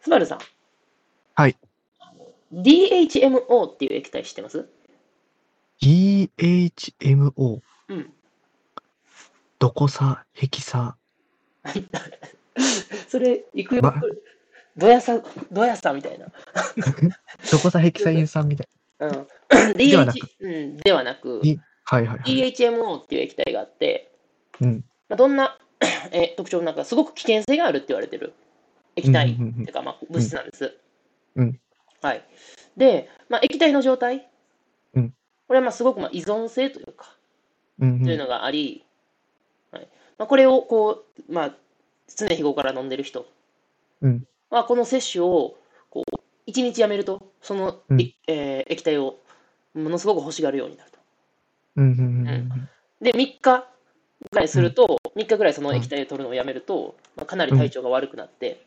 スバルさん。はい。 DHMO っていう液体知ってます DHMO、うん。ドコサ、ヘキサ、それ、行くよ ま。ドヤさ、ドヤさみたいな。ドコサヘキサイン酸みたいうん。 ではな DH く、うん、ではなく、にはいはいはい。 DHMO っていう液体があって、うん。まあ、どんな え特徴もなんかすごく危険性があるって言われてる液体うんうんうんうんっていうか、まあ、物質なんです。うんはい、で、まあ、液体の状態、うんこれはまあすごくまあ依存性というか、うんというのがあり、はいまあ、これをこう、まあ、常日頃から飲んでる人うんは、この摂取をこう1日やめると、その、うんええー液体をものすごく欲しがるようになると。うんうんうんうんうんで、3日ぐらいすると、3日ぐらいその液体を取るのをやめると、まあ、かなり体調が悪くなって、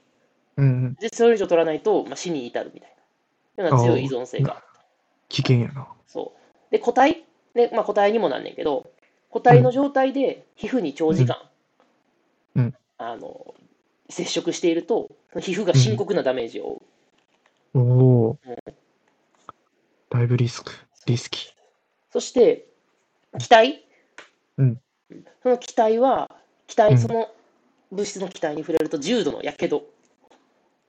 うんうん。で、それ以上取らないと、まあ、死に至るみたいな、ような強い依存性が。危険やな。そう。で、個体、でまあ、個体にもなんねんけど、個体の状態で皮膚に長時間、うんうんあの接触していると、皮膚が深刻なダメージを負う。おおうん。だいぶリスク、リスキそして、気体、うんその気体は、気体、うんその物質の気体に触れると重度のやけど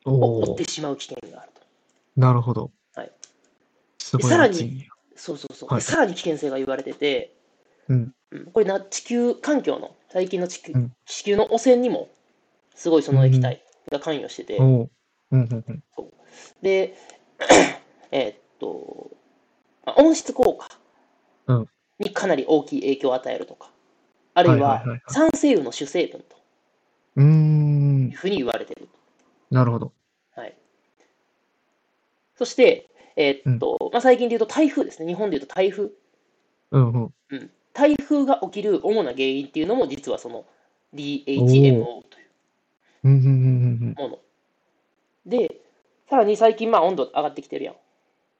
ー。をお負っおて。しまう危険があると。なるほど。はい。すごいさらに熱いんや。そうそうそう、はいさらに危険性が言われてて、うんうんこれな地球環境の最近の地球,、うん地球の汚染にもすごいその液体が関与してて、おお。うんうんうん。で えーっと、まあ温室効果うんにかなり大きい影響を与えるとか、あるいはいははいはいはい酸性雨の主成分とうーんいう。ふうに言われてる。なるほど。はい、そして、えーっとまあ、最近で言うと台風ですね、日本で言うと台風。うんうん。うん、台風が起きる主な原因っていうのも実はその DHMO といううんうんうんものでさらに最近まあ温度上がってきてるやん、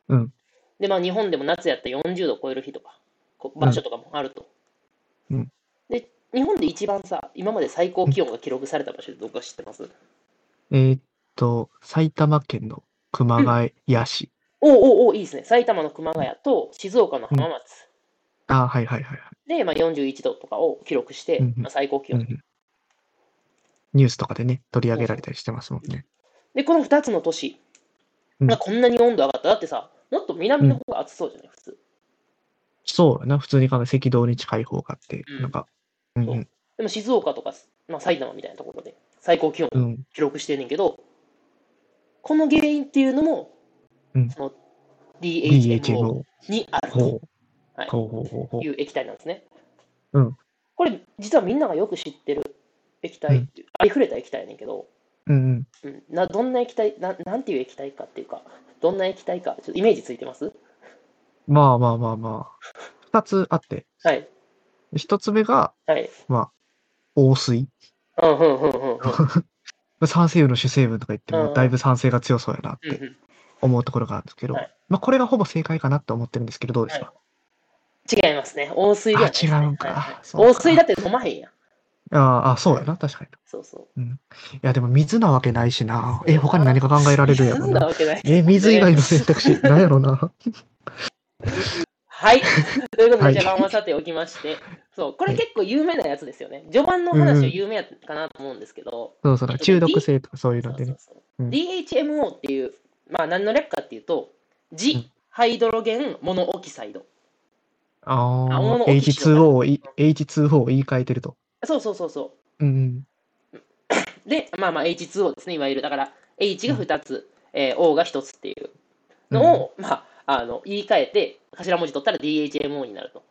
うんでまあ日本でも夏やったら40度超える日とかこ場所とかもあると、うんで日本で一番さ今まで最高気温が記録された場所ってどこか知ってます、うん。えーっと、埼玉県の熊谷市。おうおうおういいですね埼玉の熊谷と静岡の浜松、ああ、はいはいはいはい。で、まあ、41度とかを記録して、うんうんまあ、最高気う温、んうんニュースとかでね、取り上げられたりしてますもんね。で、この2つの都市うんがこんなに温度上がった。だってさ、もっと南の方が暑そうじゃない、普通。そうやな、普通に考え、赤道に近い方があって、うんなんか、うんうん、でも静岡とか、まあ、埼玉みたいなところで最高気温うをん、記録してんねんけど、この原因っていうのも、うんその DHMO DHMO。にあるとほう。はいほうほうほうほうい。う液体なんですね。うんこれ、実はみんながよく知ってる液体っていう、ありふれた液体やねんけど、うんうん。うん、などんな液体な、なんていう液体かっていうか、どんな液体か、ちょっとイメージついてますまあまあまあまあ。二つあって、はい。一つ目が、はい。王水。うんうんうんうんうん。 酸性雨の主成分とか言ってうんうも、んだいぶ酸性が強そうやなっうんうてん思うところがあるんですけどはい、まあこれがほぼ正解かなって思ってるんですけど、どうですか違いますね。温水ではないですね、あ違うんかはいはいそうか温水だって飲まへんやん。あああ、そうやな、確かに。そうそいや、でも水なわけないしな。そうえ、やな他に何か考えらう。れるんやろんなな。わけない。え、水以外の選 択肢、なんやろな。 はい。ということはで、いじゃあ、さておきま して、そう、これ結構有名なやつですよね。序盤の話は有名やったかなと思うんですけど、そうそうだ、えっと中毒性とかそういうそのうでそねう。そううん DHMO っていう、まあ、何の略かっていうと、うんジ・ハイドロゲン・モノオキサイド。あああ物、置きしろ H2O をい、H2O を言い換えてると。そうそうそうそうんう。で、まあまあ、H2O ですね、いわゆる。だから、H が2つ、えー O が1つっていううん。のを、まあ、あの言い換えて、頭文字取ったら DHMO になると。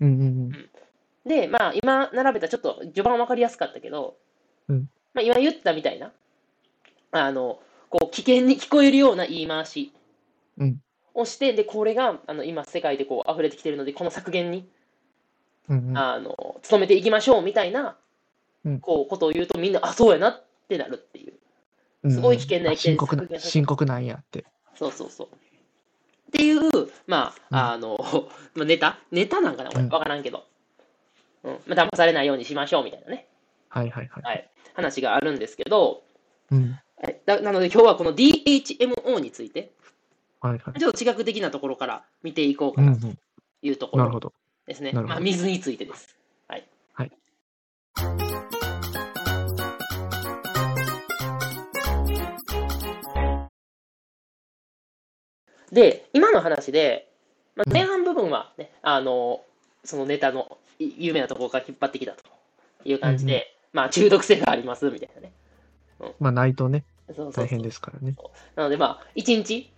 うんうんで、まあ、今並べたちょっと序盤分かりやすかったけど、うんまあ、今言ったみたいな、あの、こう、危険に聞こえるような言い回しうんをして、で、これが、あの、今、世界でこう、溢れてきてるので、この削減に、うんうん。あの、努めていきましょうみたいな、うんこう、ことを言うと、みんな、あ、そうやなってなるっていう。うんすごい危険なあ危険深刻ですな、深刻なんやって。そうそうそう。っていう、まあ、あの、 まあ、ネタネタなんかなこれうん分からんけど。うん。まあ、騙されないようにしましょうみたいなね、はいはいはい。はい話があるんですけど、うん。はいだなので今日はこの DHMO について、はいはい。ちょっと地学的なところから見ていこううかんうなんというとこなるほろど。ですね。なるほどまあ、水についてです。はい。はいで、今の話で、まうあ、ん前半部分はね、あの、そのネタのい有名なところから引っ張ってきたという感じで、うんまあ、中毒性がありますみたいなね。まあ、ないとね、そうそうそう大変ですからね。なのでまあ、一日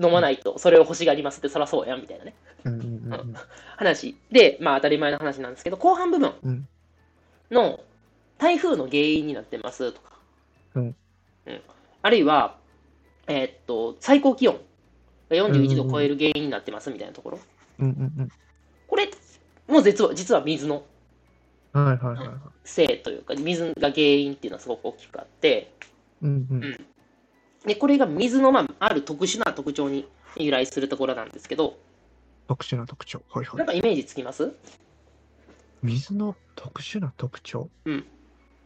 飲まないとそれを欲しがりますってそらそうやんみたいなね、うんうんうん話で、まあ当たり前の話なんですけど、後半部分うんの台風の原因になってますとか、うんうんあるいは、えーっと、最高気温が41度を超える原因になってますみたいなところ、うんうんこれも実は実は水のうん。はいはいはいはい。せいというか、水が原因っていうのはすごく大きくあって、うんうんうんでこれが水の、まあ、ある特殊な特徴に由来するところなんですけど、特殊な特徴。はいはなんい。かイメージつきます水の特殊な特徴。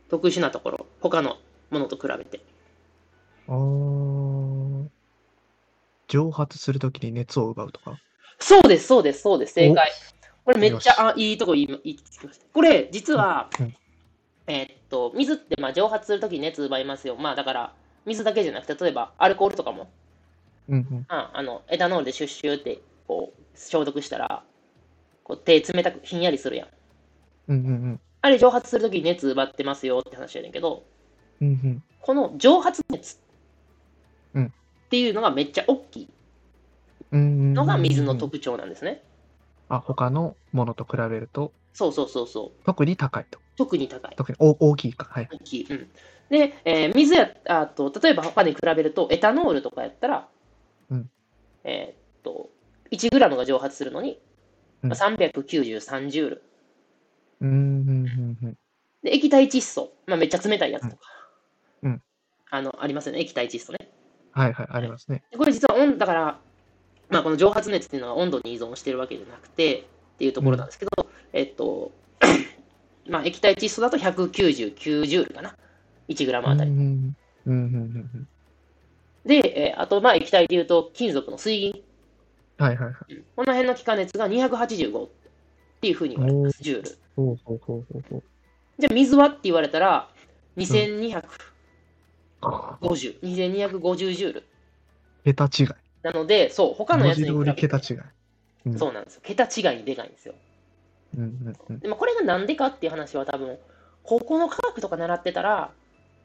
特殊なところ、他のものと比べて。あー蒸発するときに熱を奪うとか。そうです、そうです、そうです、正解。これめっよちしゃあいいとこ言い言いつきました。これ、実は、うんえーっと、水ってまあ蒸発するときに熱奪いますよ。まあだから、水だけじゃなくて、例えばアルコールとかも、うんうん。ああのエタノールでシュッシュッってこう消毒したら、こう手冷たくひんやりするやん。うんうんあれ蒸発するときに熱奪ってますよって話やねんけど、うん。うんうん。この蒸発熱うんっていうのがめっちゃ大きいうんうんのが水の特徴なんですね。あ、他のものと比べると、そうそうそうそう。特に高いと。特に高い。特にお大きいか。はい。大きい。うん、で、えー水やあと、例えば他に比べると、エタノールとかやったら、うんえーっと、1グラムが蒸発するのに、うんまあ393ジュール。うんうんうんうん。で、液体窒素。まあ、めっちゃ冷たいやつとか。うんうんあの、ありますよね。液体窒素ね。はいはい、ありますね。でこれ実は温だから、まあ、この蒸発熱っていうのは温度に依存してるわけじゃなくてっていうところなんですけど、えっと まあ液体窒素だと199ジュールかな1グラムあたり、うんうんうんうんうんうん。で、えーあとまあ液体でいうと金属の水銀はいはいはい。この辺の気化熱が285っていうふうに言われますジュールほうほうほうほうほう。じゃあ水はって言われたら2250、あ2250ジュール桁違い。なのでそう他の文やつに字通比べり桁て違い。うんそうなんですよ桁違いにでかいんですようんうんうん。でもこれがなんでかっていう話は多分高校の科学とか習ってたら、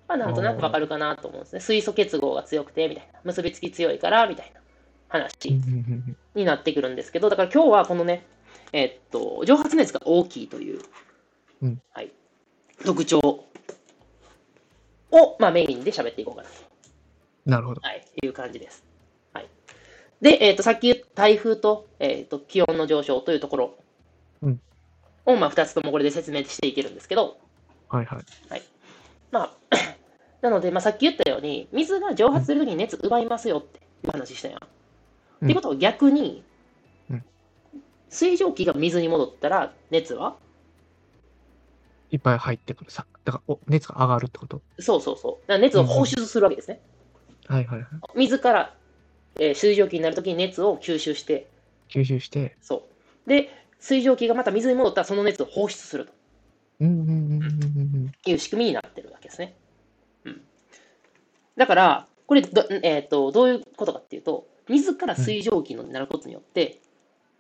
まあ、なんとなくわかるかなと思うんですね水素結合が強くてみたいな結びつき強いからみたいな話うんうんうんになってくるんですけどだから今日はこのねえっと蒸発熱が大きいという、うんはい、特徴を、まあ、メインで喋っていこうかななるほど。はい、いう感じです。はい、で、えーと、さっき言った台風と,、えー、と気温の上昇というところうんを、まあ、2つともこれで説明していけるんですけど、はいはい。まあ、 なので、まあ、さっき言ったように、水が蒸発するときに熱奪いますよっていう話したやん。うんってことは逆に、うん水蒸気が水に戻ったら熱はいっぱい入ってくるさ。だからお熱が上がるってこと。そうそうそう。だから熱を放出するわけですね。はいはいはい。水から、えー水蒸気になるときに熱を吸収して、吸収して。そう。で、水蒸気がまた水に戻ったらその熱を放出するうんうんうんうんうんという仕組みになってるわけですね。うん。だから、これど、えー、とどういうことかっていうと、水から水蒸気になることによって、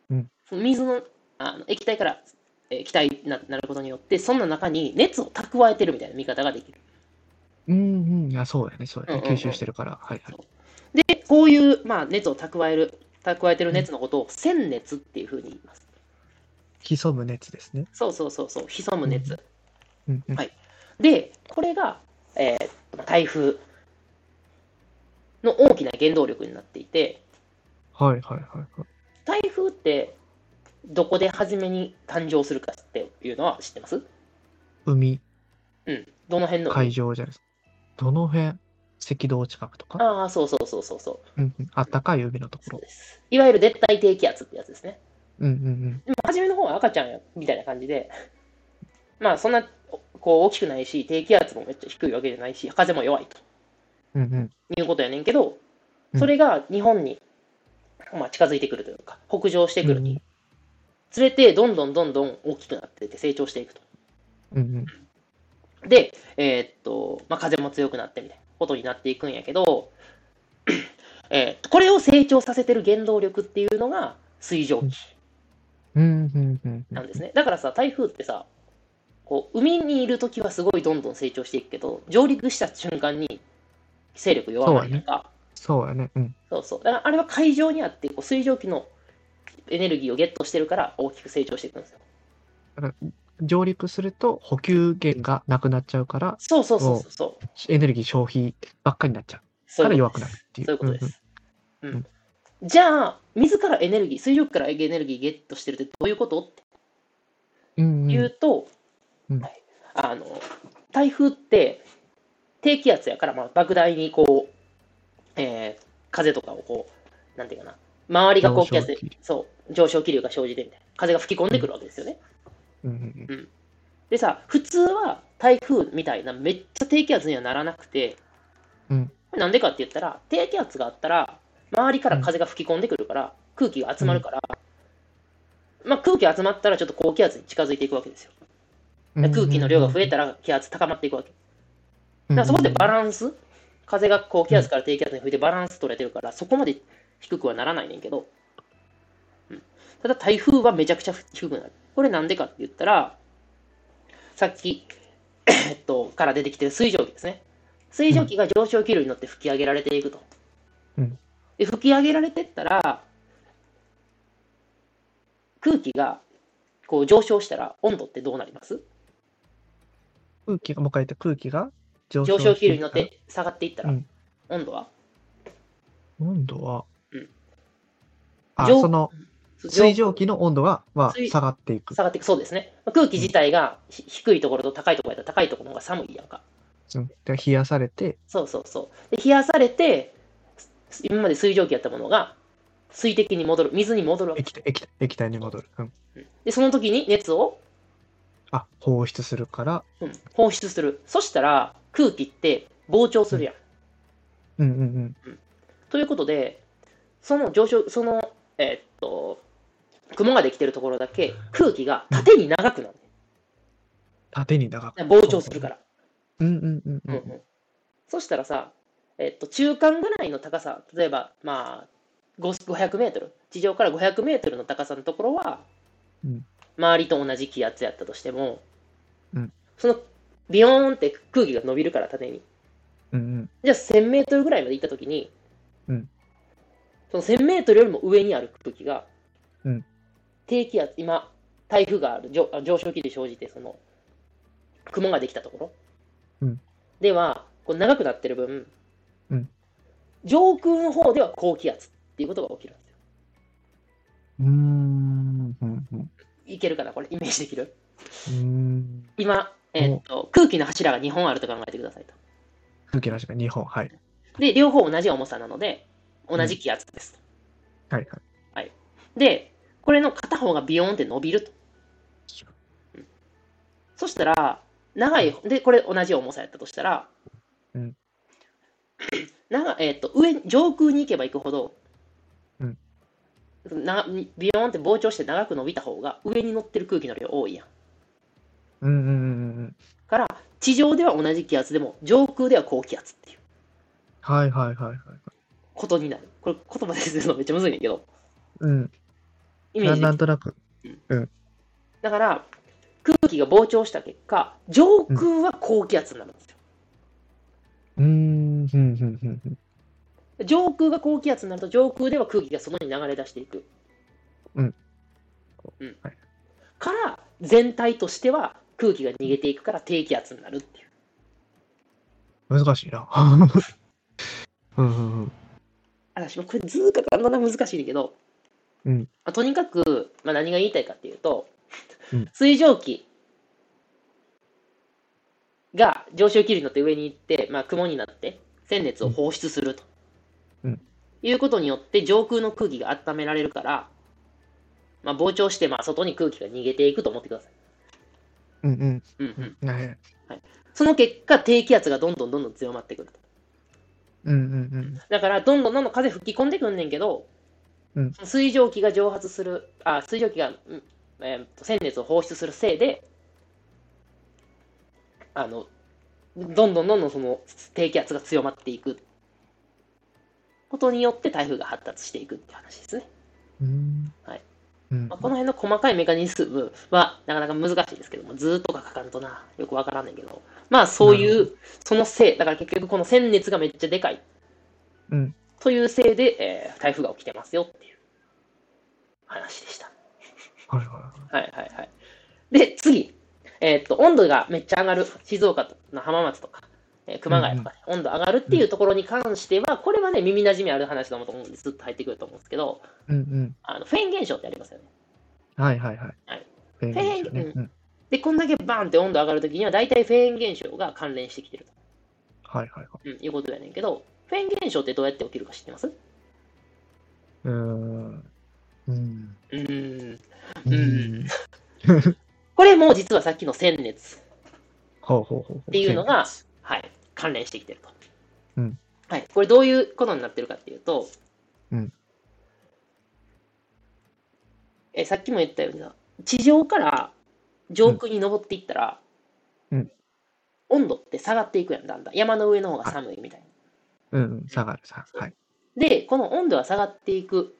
うんその水のあの液体からえー液体にななることによって、そんな中に熱を蓄えてるみたいな見方ができる。うん。うんうん。あ、そうやね。そうやねう。んうんうん吸収してるから。はいはい。で、こういう、まあ、熱を蓄える、蓄えてる熱のことを鮮熱っていうふうに言います。潜む熱ですね。そうそうそうそう、潜む熱。うんうんはいで、これが、えー台風の大きな原動力になっていて、はいはいはいはい。台風ってどこで初めに誕生するかっていうのは知ってます海、うん。どの辺の海上じゃないですか。どの辺赤道近くとか。ああ、そうそうそうそうそう。うんうん。あったかい海のとこそうろ。です。いわゆる熱帯低気圧ってやつですね。うんうんうん。でも初めの方は赤ちゃんやみたいな感じで、 まあそんなこう大きくないし、低気圧もめっちゃ低いわけじゃないし、風も弱いと。うんうん。いうことやねんけど、うんそれが日本に、まあ、近づいてくるというか、北上してくるにつれて、どんどんどんどん大きくなっていって成長していくと。うんうん。で、えーっと、まあ、風も強くなってみたいなことになっていくんやけど、えーこれを成長させてる原動力っていうのが水蒸気うんうんうんうん。なんですね。だからさ、台風ってさ、こう海にいるときはすごいどんどん成長していくけど、上陸した瞬間に勢力弱まるとか、そうやね。うん。そうそう。だからあれは海上にあって、こう水蒸気のエネルギーをゲットしてるから大きく成長していくんですよ。上陸すると補給源がなくなっちゃうから、そうそうそうそうそう。エネルギー消費ばっかりになっちゃうそうかいうらこと弱くなるっていう。そういうことでんんす。うんじゃあ、自らエネルギー、水力からエネルギーゲットしてるってどういうことってうんうん言うと、うんはいあの台風って低気圧やから、まあ、莫大にこう、えー風とかをこう、なんていうかな、周りが高気圧で上昇気流、そう、上昇気流が生じてみたいな、風が吹き込んでくるわけですよね。うんうんでさ、普通は台風みたいな、めっちゃ低気圧にはならなくて、うんなんでかって言ったら、低気圧があったら、周りから風が吹き込んでくるから、空気が集まるから、まあ、空気集まったら、ちょっと高気圧に近づいていくわけですよ。うんうん空気の量が増えたら、気圧高まっていくわけ。うんだからそこでバランス、風が高気圧から低気圧に吹いてバランス取れてるから、そこまで低くはならないねんけど、うんただ台風はめちゃくちゃ低くなる。これなんでかって言ったら、さっき、えっと、から出てきてる水蒸気ですね。水蒸気が上昇気流に乗って吹き上げられていくと。うんで吹き上げられてったら、空気がこう上昇したら温度ってどうなります空気が、もう一回言って空気が上上昇気流に乗っしていて下がっていったくら、から。うん温度は温度はうん、あ、上その水蒸気の温度が、は水下がっていく。下がっていく、そうですね。空気自体がひ低いところと高いところやったら高いところの方が寒いやんか。うんで冷やされて、そうそうそう。で、冷やされて、す今まで水蒸気やったものが水滴に戻る、水に戻るわけ液体液体液体に戻る。うんで、その時に熱を、あ、放出するから、うん放出する。そしたら空気って膨張するやん。うんうんうん。ということで、その上昇、その、えーっと、雲ができてるところだけ空気が縦に長くなる。縦に長く。膨張するから。うんうんうんううん。うんん、そしたらさ、えっと、中間ぐらいの高さ例えば、まあ、5 500メートル地上から500メートルの高さのところは、うん周りと同じ気圧やったとしても、うんそのビヨーンって空気が伸びるから縦にうんうん。じゃあ1000メートルぐらいまで行った時に、うんその1000メートルよりも上にある空気が、うん低気圧今台風がある上あ上昇気流生じてその雲ができたところ、うんではこう長くなってる分、うん上空の方では高気圧っていうことが起きるんですようーんうんうんいけるかなこれイメージできるうーん。今、えーっと空気の柱が2本あると考えてくださいと空気の味が日本。はい。で両方同じ重さなので同じ気圧ですと、はいはい。で、これの片方がビヨーンって伸びると。うんそしたら、長い、で、これ同じ重さやったとしたら、うん 長えっと上上空に行けば行くほど、うんなビヨーンって膨張して長く伸びた方が上に乗ってる空気の量多いやん。うんうんうんうん。から、地上では同じ気圧でも、上空では高気圧っていうはいはいはいはい。ことになる。これ、言葉でするのめっちゃむずいねんだけど、うん。イメーなジできなるんとなく。だから空気が膨張した結果上空は高気圧になるんですよ、うーん。ふんふんふんふん上空が高気圧になると上空では空気がそのに流れ出していくうん、うんはいから全体としては空気が逃げていくから低気圧になるっていう難しいな。 うんうんうん。私もこれずーっとあんな難しいんだけど、うんまあとにかく、まあ、何が言いたいかっていうと、うん 水蒸気が上昇気流に乗って上に行って、まあ、雲になって鮮熱を放出すると、うんいうことによって上空の空気が温められるから、まあ、膨張してまあ外に空気が逃げていくと思ってください、うんうんう、うんん。はい。その結果低気圧がどんどんどんどん強まってくるとうんうんだから、どんどんどんどん風吹き込んでくんねんけど、うん水蒸気が蒸発する、あ水蒸気が、うんえーっと、鮮熱を放出するせいで、あの、どんどんどんどんその低気圧が強まっていくことによって台風が発達していくって話ですね。うん。うん。はい。うんまあ、この辺の細かいメカニズムはなかなか難しいですけども、図とか書かんとな、よくわからんねんけど、まあそういなるう、そのせい、だから結局この鮮熱がめっちゃでかいうん。というせいで、えー台風が起きてますよっていう話でした。はいははいはいはい。で、次、えーっと、温度がめっちゃ上がる、静岡の浜松とか、えー熊谷とかね、温度上がるっていうところに関しては、これはね、耳なじみある話だと思うんで、ずっと入ってくると思うんですけど、い。うんうん。あのフェーン現象ってありますよね。はいはいはい。はいフェーン現象ね。フェーンうん。で、こんだけバーンって温度上がるときには、大体フェーン現象が関連してきてるはいはいはい。と、うん、いうことやねんけど、フェーン現象ってどうやって起きるか知ってますうーん。うん。うーん。。うんこれも実はさっきの鮮熱ほうほうほうほう。っっていうのが、はい、関連してきてると。うんはい、これどういうことになってるかっていうと、うんえさっきも言ったような地上から上空に登っていったら、うん温度って下がっていくやんだんだん山の上の方が寒いみたいな。うん、下がる、下がる。はい。でこの温度が下がっていく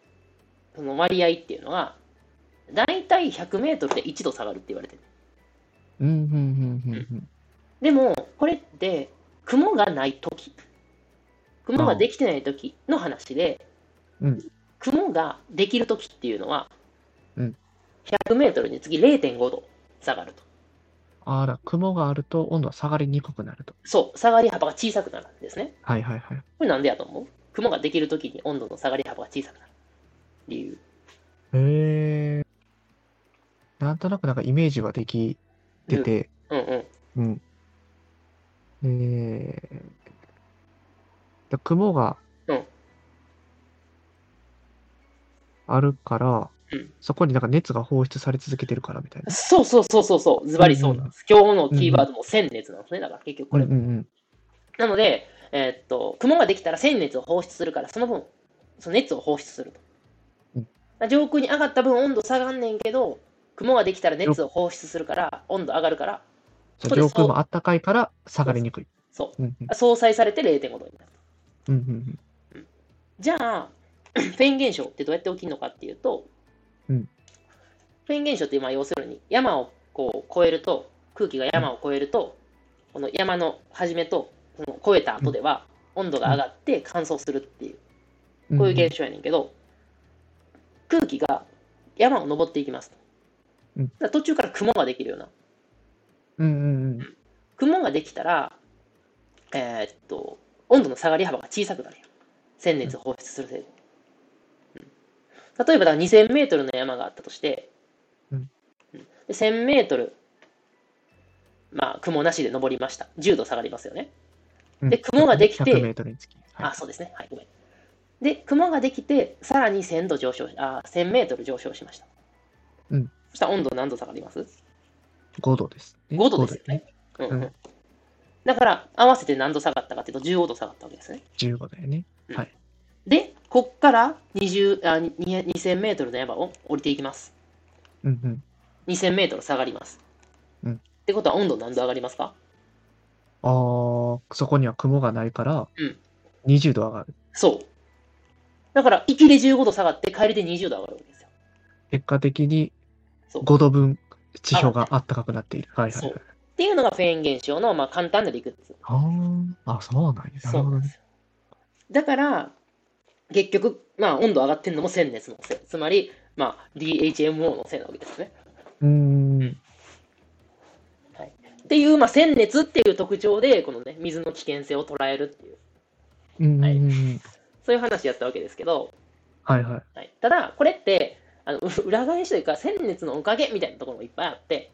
その割合っていうのは大体 100m で1度下がるって言われてる。うん、うん、うん、うん。でも、これって、雲がないとき、雲ができてないときの話で、うん雲ができるときっていうのは、うん100メートルにつき0.5度下がると。あら、雲があると温度は下がりにくくなると。そう、下がり幅が小さくなるんですね。はいはいはい。これなんでやと思う雲ができるときに温度の下がり幅が小さくなる理由。へえ。なんとなくなんかイメージはできてて、うんうん。うん。えー、雲がうんあるからうん、そこになんか熱が放出され続けてるからみたいな。そうそうそうそうそう、ズバリそうなんです。今日のキーワードも鮮熱なんですね。だから結局これうんうんなので、えーっと、雲ができたら鮮熱を放出するから、その分、その熱を放出すると。うんまあ上空に上がった分、温度下がんねんけど、雲ができたら熱を放出するから、温度上がるから、そうそうです上空もあったかいから下がりにくい。そうんうんう、相殺されて0.5度になる。うんうんじゃあ、 フェーン現象ってどうやって起きるのかっていうと、うんフェーン現象って、まあ、要するに、山をこう越えると、空気が山を越えると、この山の始めと、その越えた後では、温度が上がって乾燥するっていう。うん。こういう現象やねんけど、空気が山を登っていきますと。うんだから途中から雲ができるような。うんうんうん。雲ができたら、えーっと、温度の下がり幅が小さくなるよ。鮮熱を放出するせいで。うん例えば、だから2000メートルの山があったとして、うんうんで1000メートル、まあ、雲なしで登りました。10度下がりますよね。うんで雲ができて100メートルにつき。はいあ、そうですね。はい、ごめん。で、雲ができて、さらに1000度上昇し、あ、1000メートル上昇しました。うん。そしたら温度何度下がります5度です。 ?5 度ですよね。うん、うんうんだから、合わせて何度下がったかっていうと、15度下がったわけですね。 5度だよね。で、こっから20あに2000メートルの山を降りていきます。うんうん。 2000メートル下がります。うんってことは、温度何度上がりますかあー、そこには雲がないからうん、 20度上がる。そう。だから、行きで15度下がって、帰りで20度上がるわけですよ。結果的にそう5度分地表が暖かくなっている。はいはいそはうい。っていうのがフェーン現象の、まあ、簡単な理屈。あーあ、そうなんや。なそうるほなどんでねす。よ。だから、結局、まあ、温度上がってんのも鮮熱のせい。つまり、まあ、DHMO のせいなわけですね。うーん。っていう、まあ、鮮熱っていう特徴で、このね、水の危険性を捉えるっていう、うん。はいうんそういう話やったわけですけど、はいはい。はい、ただ、これって、あの う裏返しというか、鮮熱のおかげみたいなところもいっぱいあって、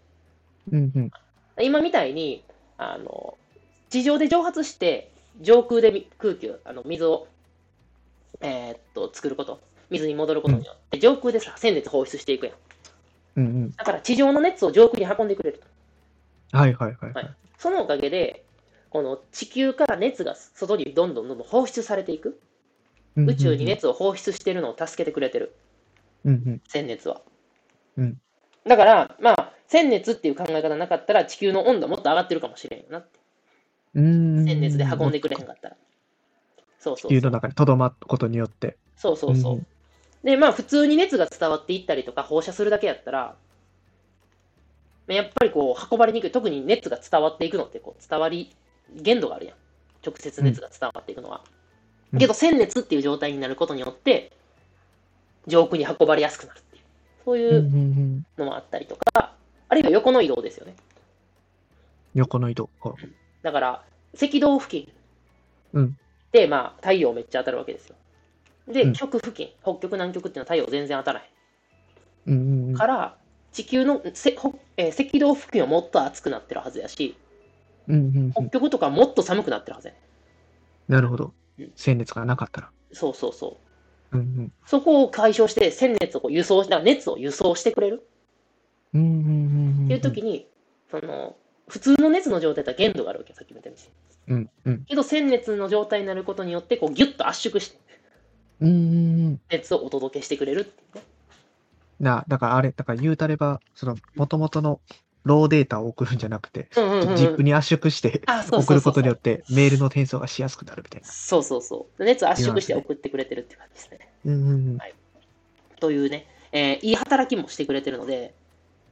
うんうん。今みたいに、あの地上で蒸発して、上空でみ空気を、あの水を、えーっと、作ること、水に戻ることによって、上空でさ、鮮熱放出していくやん。うんうん。だから地上の熱を上空に運んでくれると。はいはいはいははいい。そのおかげで、この地球から熱が外にどんどんどんどん放出されていくうんうん宇宙に熱を放出してるのを助けてくれてるうんうん鮮熱は、うんだからまあ鮮熱っていう考え方なかったら地球の温度はもっと上がってるかもしれんよなってうーん鮮熱で運んでくれへんかったら、そうそ地う球そのう中にとどまることによってそうそうそう、うんでまあ普通に熱が伝わっていったりとか放射するだけやったらやっぱりこう運ばれにくい特に熱が伝わっていくのってこう伝わり限度があるやん直接熱が伝わっていくのは、うんけど鮮熱っていう状態になることによって上空に運ばれやすくなるっていうそううんいうんううんのもあったりとか、あるいは横の移動ですよね横の移動あだから赤道付近うんで、まあ、太陽めっちゃ当たるわけですよで、うん極付近北極南極っていうのは太陽全然当たらへんうんうんうんから地球のせほ、えー赤道付近はもっと暑くなってるはずやしうんうんう北ん極とかはもっと寒くなってるはずやね、なるほどうん鮮烈がなかったらそうそうそううんそこを解消して鮮熱をこう輸送しだから熱を輸送してくれるうんうんうんうんうんっていう時に、その普通の熱の状態とは限度があるわけよさっきも言ったようにうんうんけど鮮熱の状態になることによってこうギュッと圧縮してうんうんうん熱をお届けしてくれるっていうねなだからあれだから言うたればその元々のローデータを送るんじゃなくてうんうんうんうんジップに圧縮してあそう送そうるそこうそとうによってメールの転送がしやすくなるみたいなそうそうそう熱圧縮していいわ送ってくれてるっていう感じですねうんうんというね、えーいい働きもしてくれてるので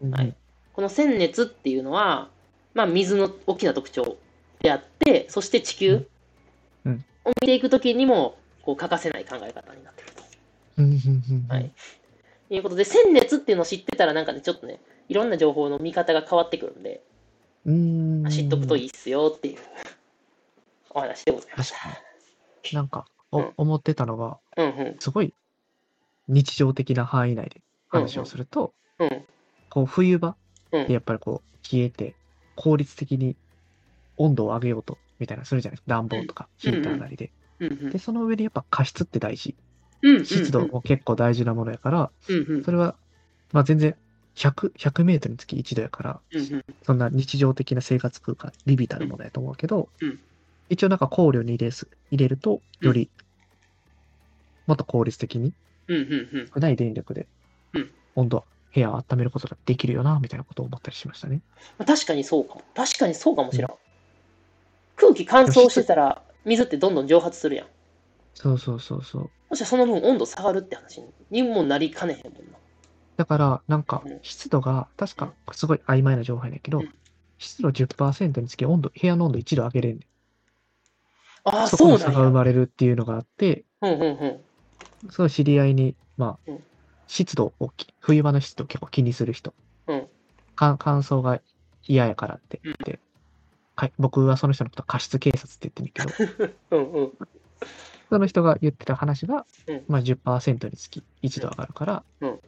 うんはいこの鮮熱っていうのは、まあ、水の大きな特徴であってそして地球うんをうん見ていく時にもこう欠かせない考え方になっているとうんうんうんはいいうことで鮮熱っていうのを知ってたらなんかねちょっとねいろんな情報の見方が変わってくるんで、うんまあ知っとくといいっすよっていうお話でございまし確た。かになんかおうん思ってたのがうんうんすごい日常的な範囲内で話をするとうんこう冬場うでんやっぱりこう冷えて効率的に温度を上げようとみたいなのするじゃないですか暖房とかヒーターなりでうんうんでその上でやっぱ加湿って大事うんうん湿度も結構大事なものやからうんうんそれはまあ全然100 100メートルにつき1度やからうんうんそんな日常的な生活空間、リビたるものやと思うけど、うん一応なんか考慮に入れす入れると、より、もっと効率的に、うんうんうん少ない電力でうん、温度、部屋を温めることができるよな、みたいなことを思ったりしましたね。まあ確かにそうかも確かにそうかもしれん、空気乾燥してたら水ってどんどん蒸発するやんそうそうそうそう。もしかしたらその分温度下がるって話にもなりかねへんもんなだから、なんかうん、湿度が、確か、すごい曖昧な情報やねんけどうん、湿度10%につき温度、部屋の温度1度上げれんねあん。あそそこうのな差んが生やまれるっていうのがあって、うんうんうんその知り合いに、まあうん、湿度をき、冬場の湿度を結構気にする人、うんか乾燥が嫌やからって言って、か僕はその人のことを過失警察って言ってる けど、うんうんその人が言ってた話が、うんまあ10%につき1度上がるから、うん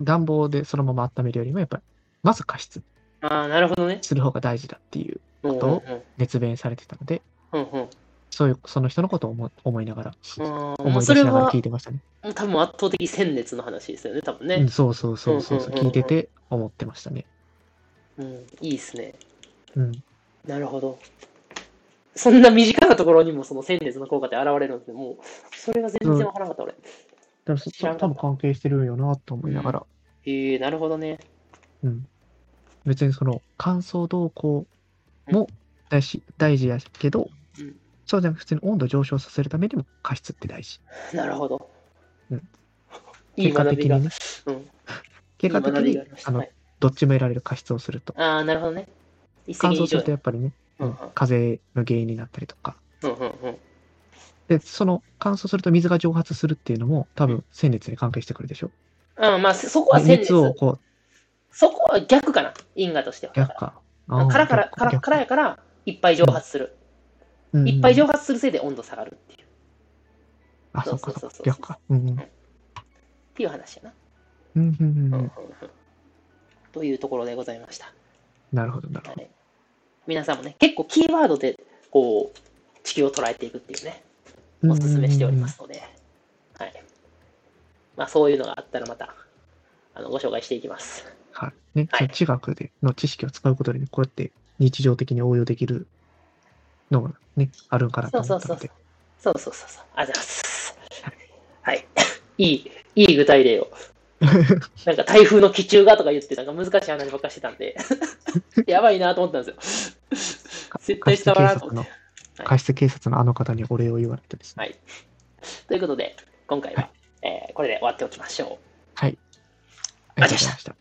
暖房でそのまま温めるよりも、やっぱり、まず加湿ああなるほどねする方が大事だっていううんうんと熱弁されてたので、うんうんそういう、その人のことを思思いながら、あーも思ういそ出れしながらは聞いてましたね。もう多分圧倒的鮮烈の話ですよね多分うんね、そうそうそうそうそう、うんうんうんうん聞いてて思ってましたね。うんいいですねうん。なるほどそんな身近なところにもその鮮烈の効果って現れるんですねもうそれが全然わからなかった俺だからそ知らそなかっ多た分関係してるんよなと思いながら、へえなるほどねうん、別にその乾燥動向も大事,、大事やけど、うんそうじゃなくて普通に温度上昇させるためにも加湿って大事なるほど、うんいい学びが結果的うにねん 結果い的い学びにがありましたあの、はいどっちも得られる加湿をするとああ、なるほどね。一石乾二燥する鳥とやっぱりね、ううんん、風邪の原因になったりとかうんうんうん。でその乾燥すると水が蒸発するっていうのも多分鮮烈に関係してくるでしょ、うん、まあ、そそこはね鮮烈熱。をこうそこは逆かな、因果としては。逆かだからからからからからやから、いっぱい蒸発する。いっぱい上蒸発するせいで温度下がるっていうあそそううそうかそそそううかう逆かうんうんっていう話やな。うんうんうんうううんんうんんというところでございました。なるほど、なるほはど。い、皆さんもね、結構キーワードで、こう、地球を捉えていくっていうね、おすすめしておりますので、はい。まあ、そういうのがあったらまた、あのご紹介していきます。うんうんうん。はい。ね、はいその地学での知識を使うことでね、こうやって日常的に応用できるのがね、あるんかなとそう思そうそったのうで。。そうそうそうそう。ありがとうございます。はい。いい、いい具体例を。 なんか台風の気球がとか言って、なんか難しい話ばっかりしてたんで、やばいなと思ったんですよ。絶対伝わらんと思って。はい過失警察のあの方にお礼を言われてですね。はい。ということで、今回は、えーこれで終わっておきましょう。はい。ありがとうございました。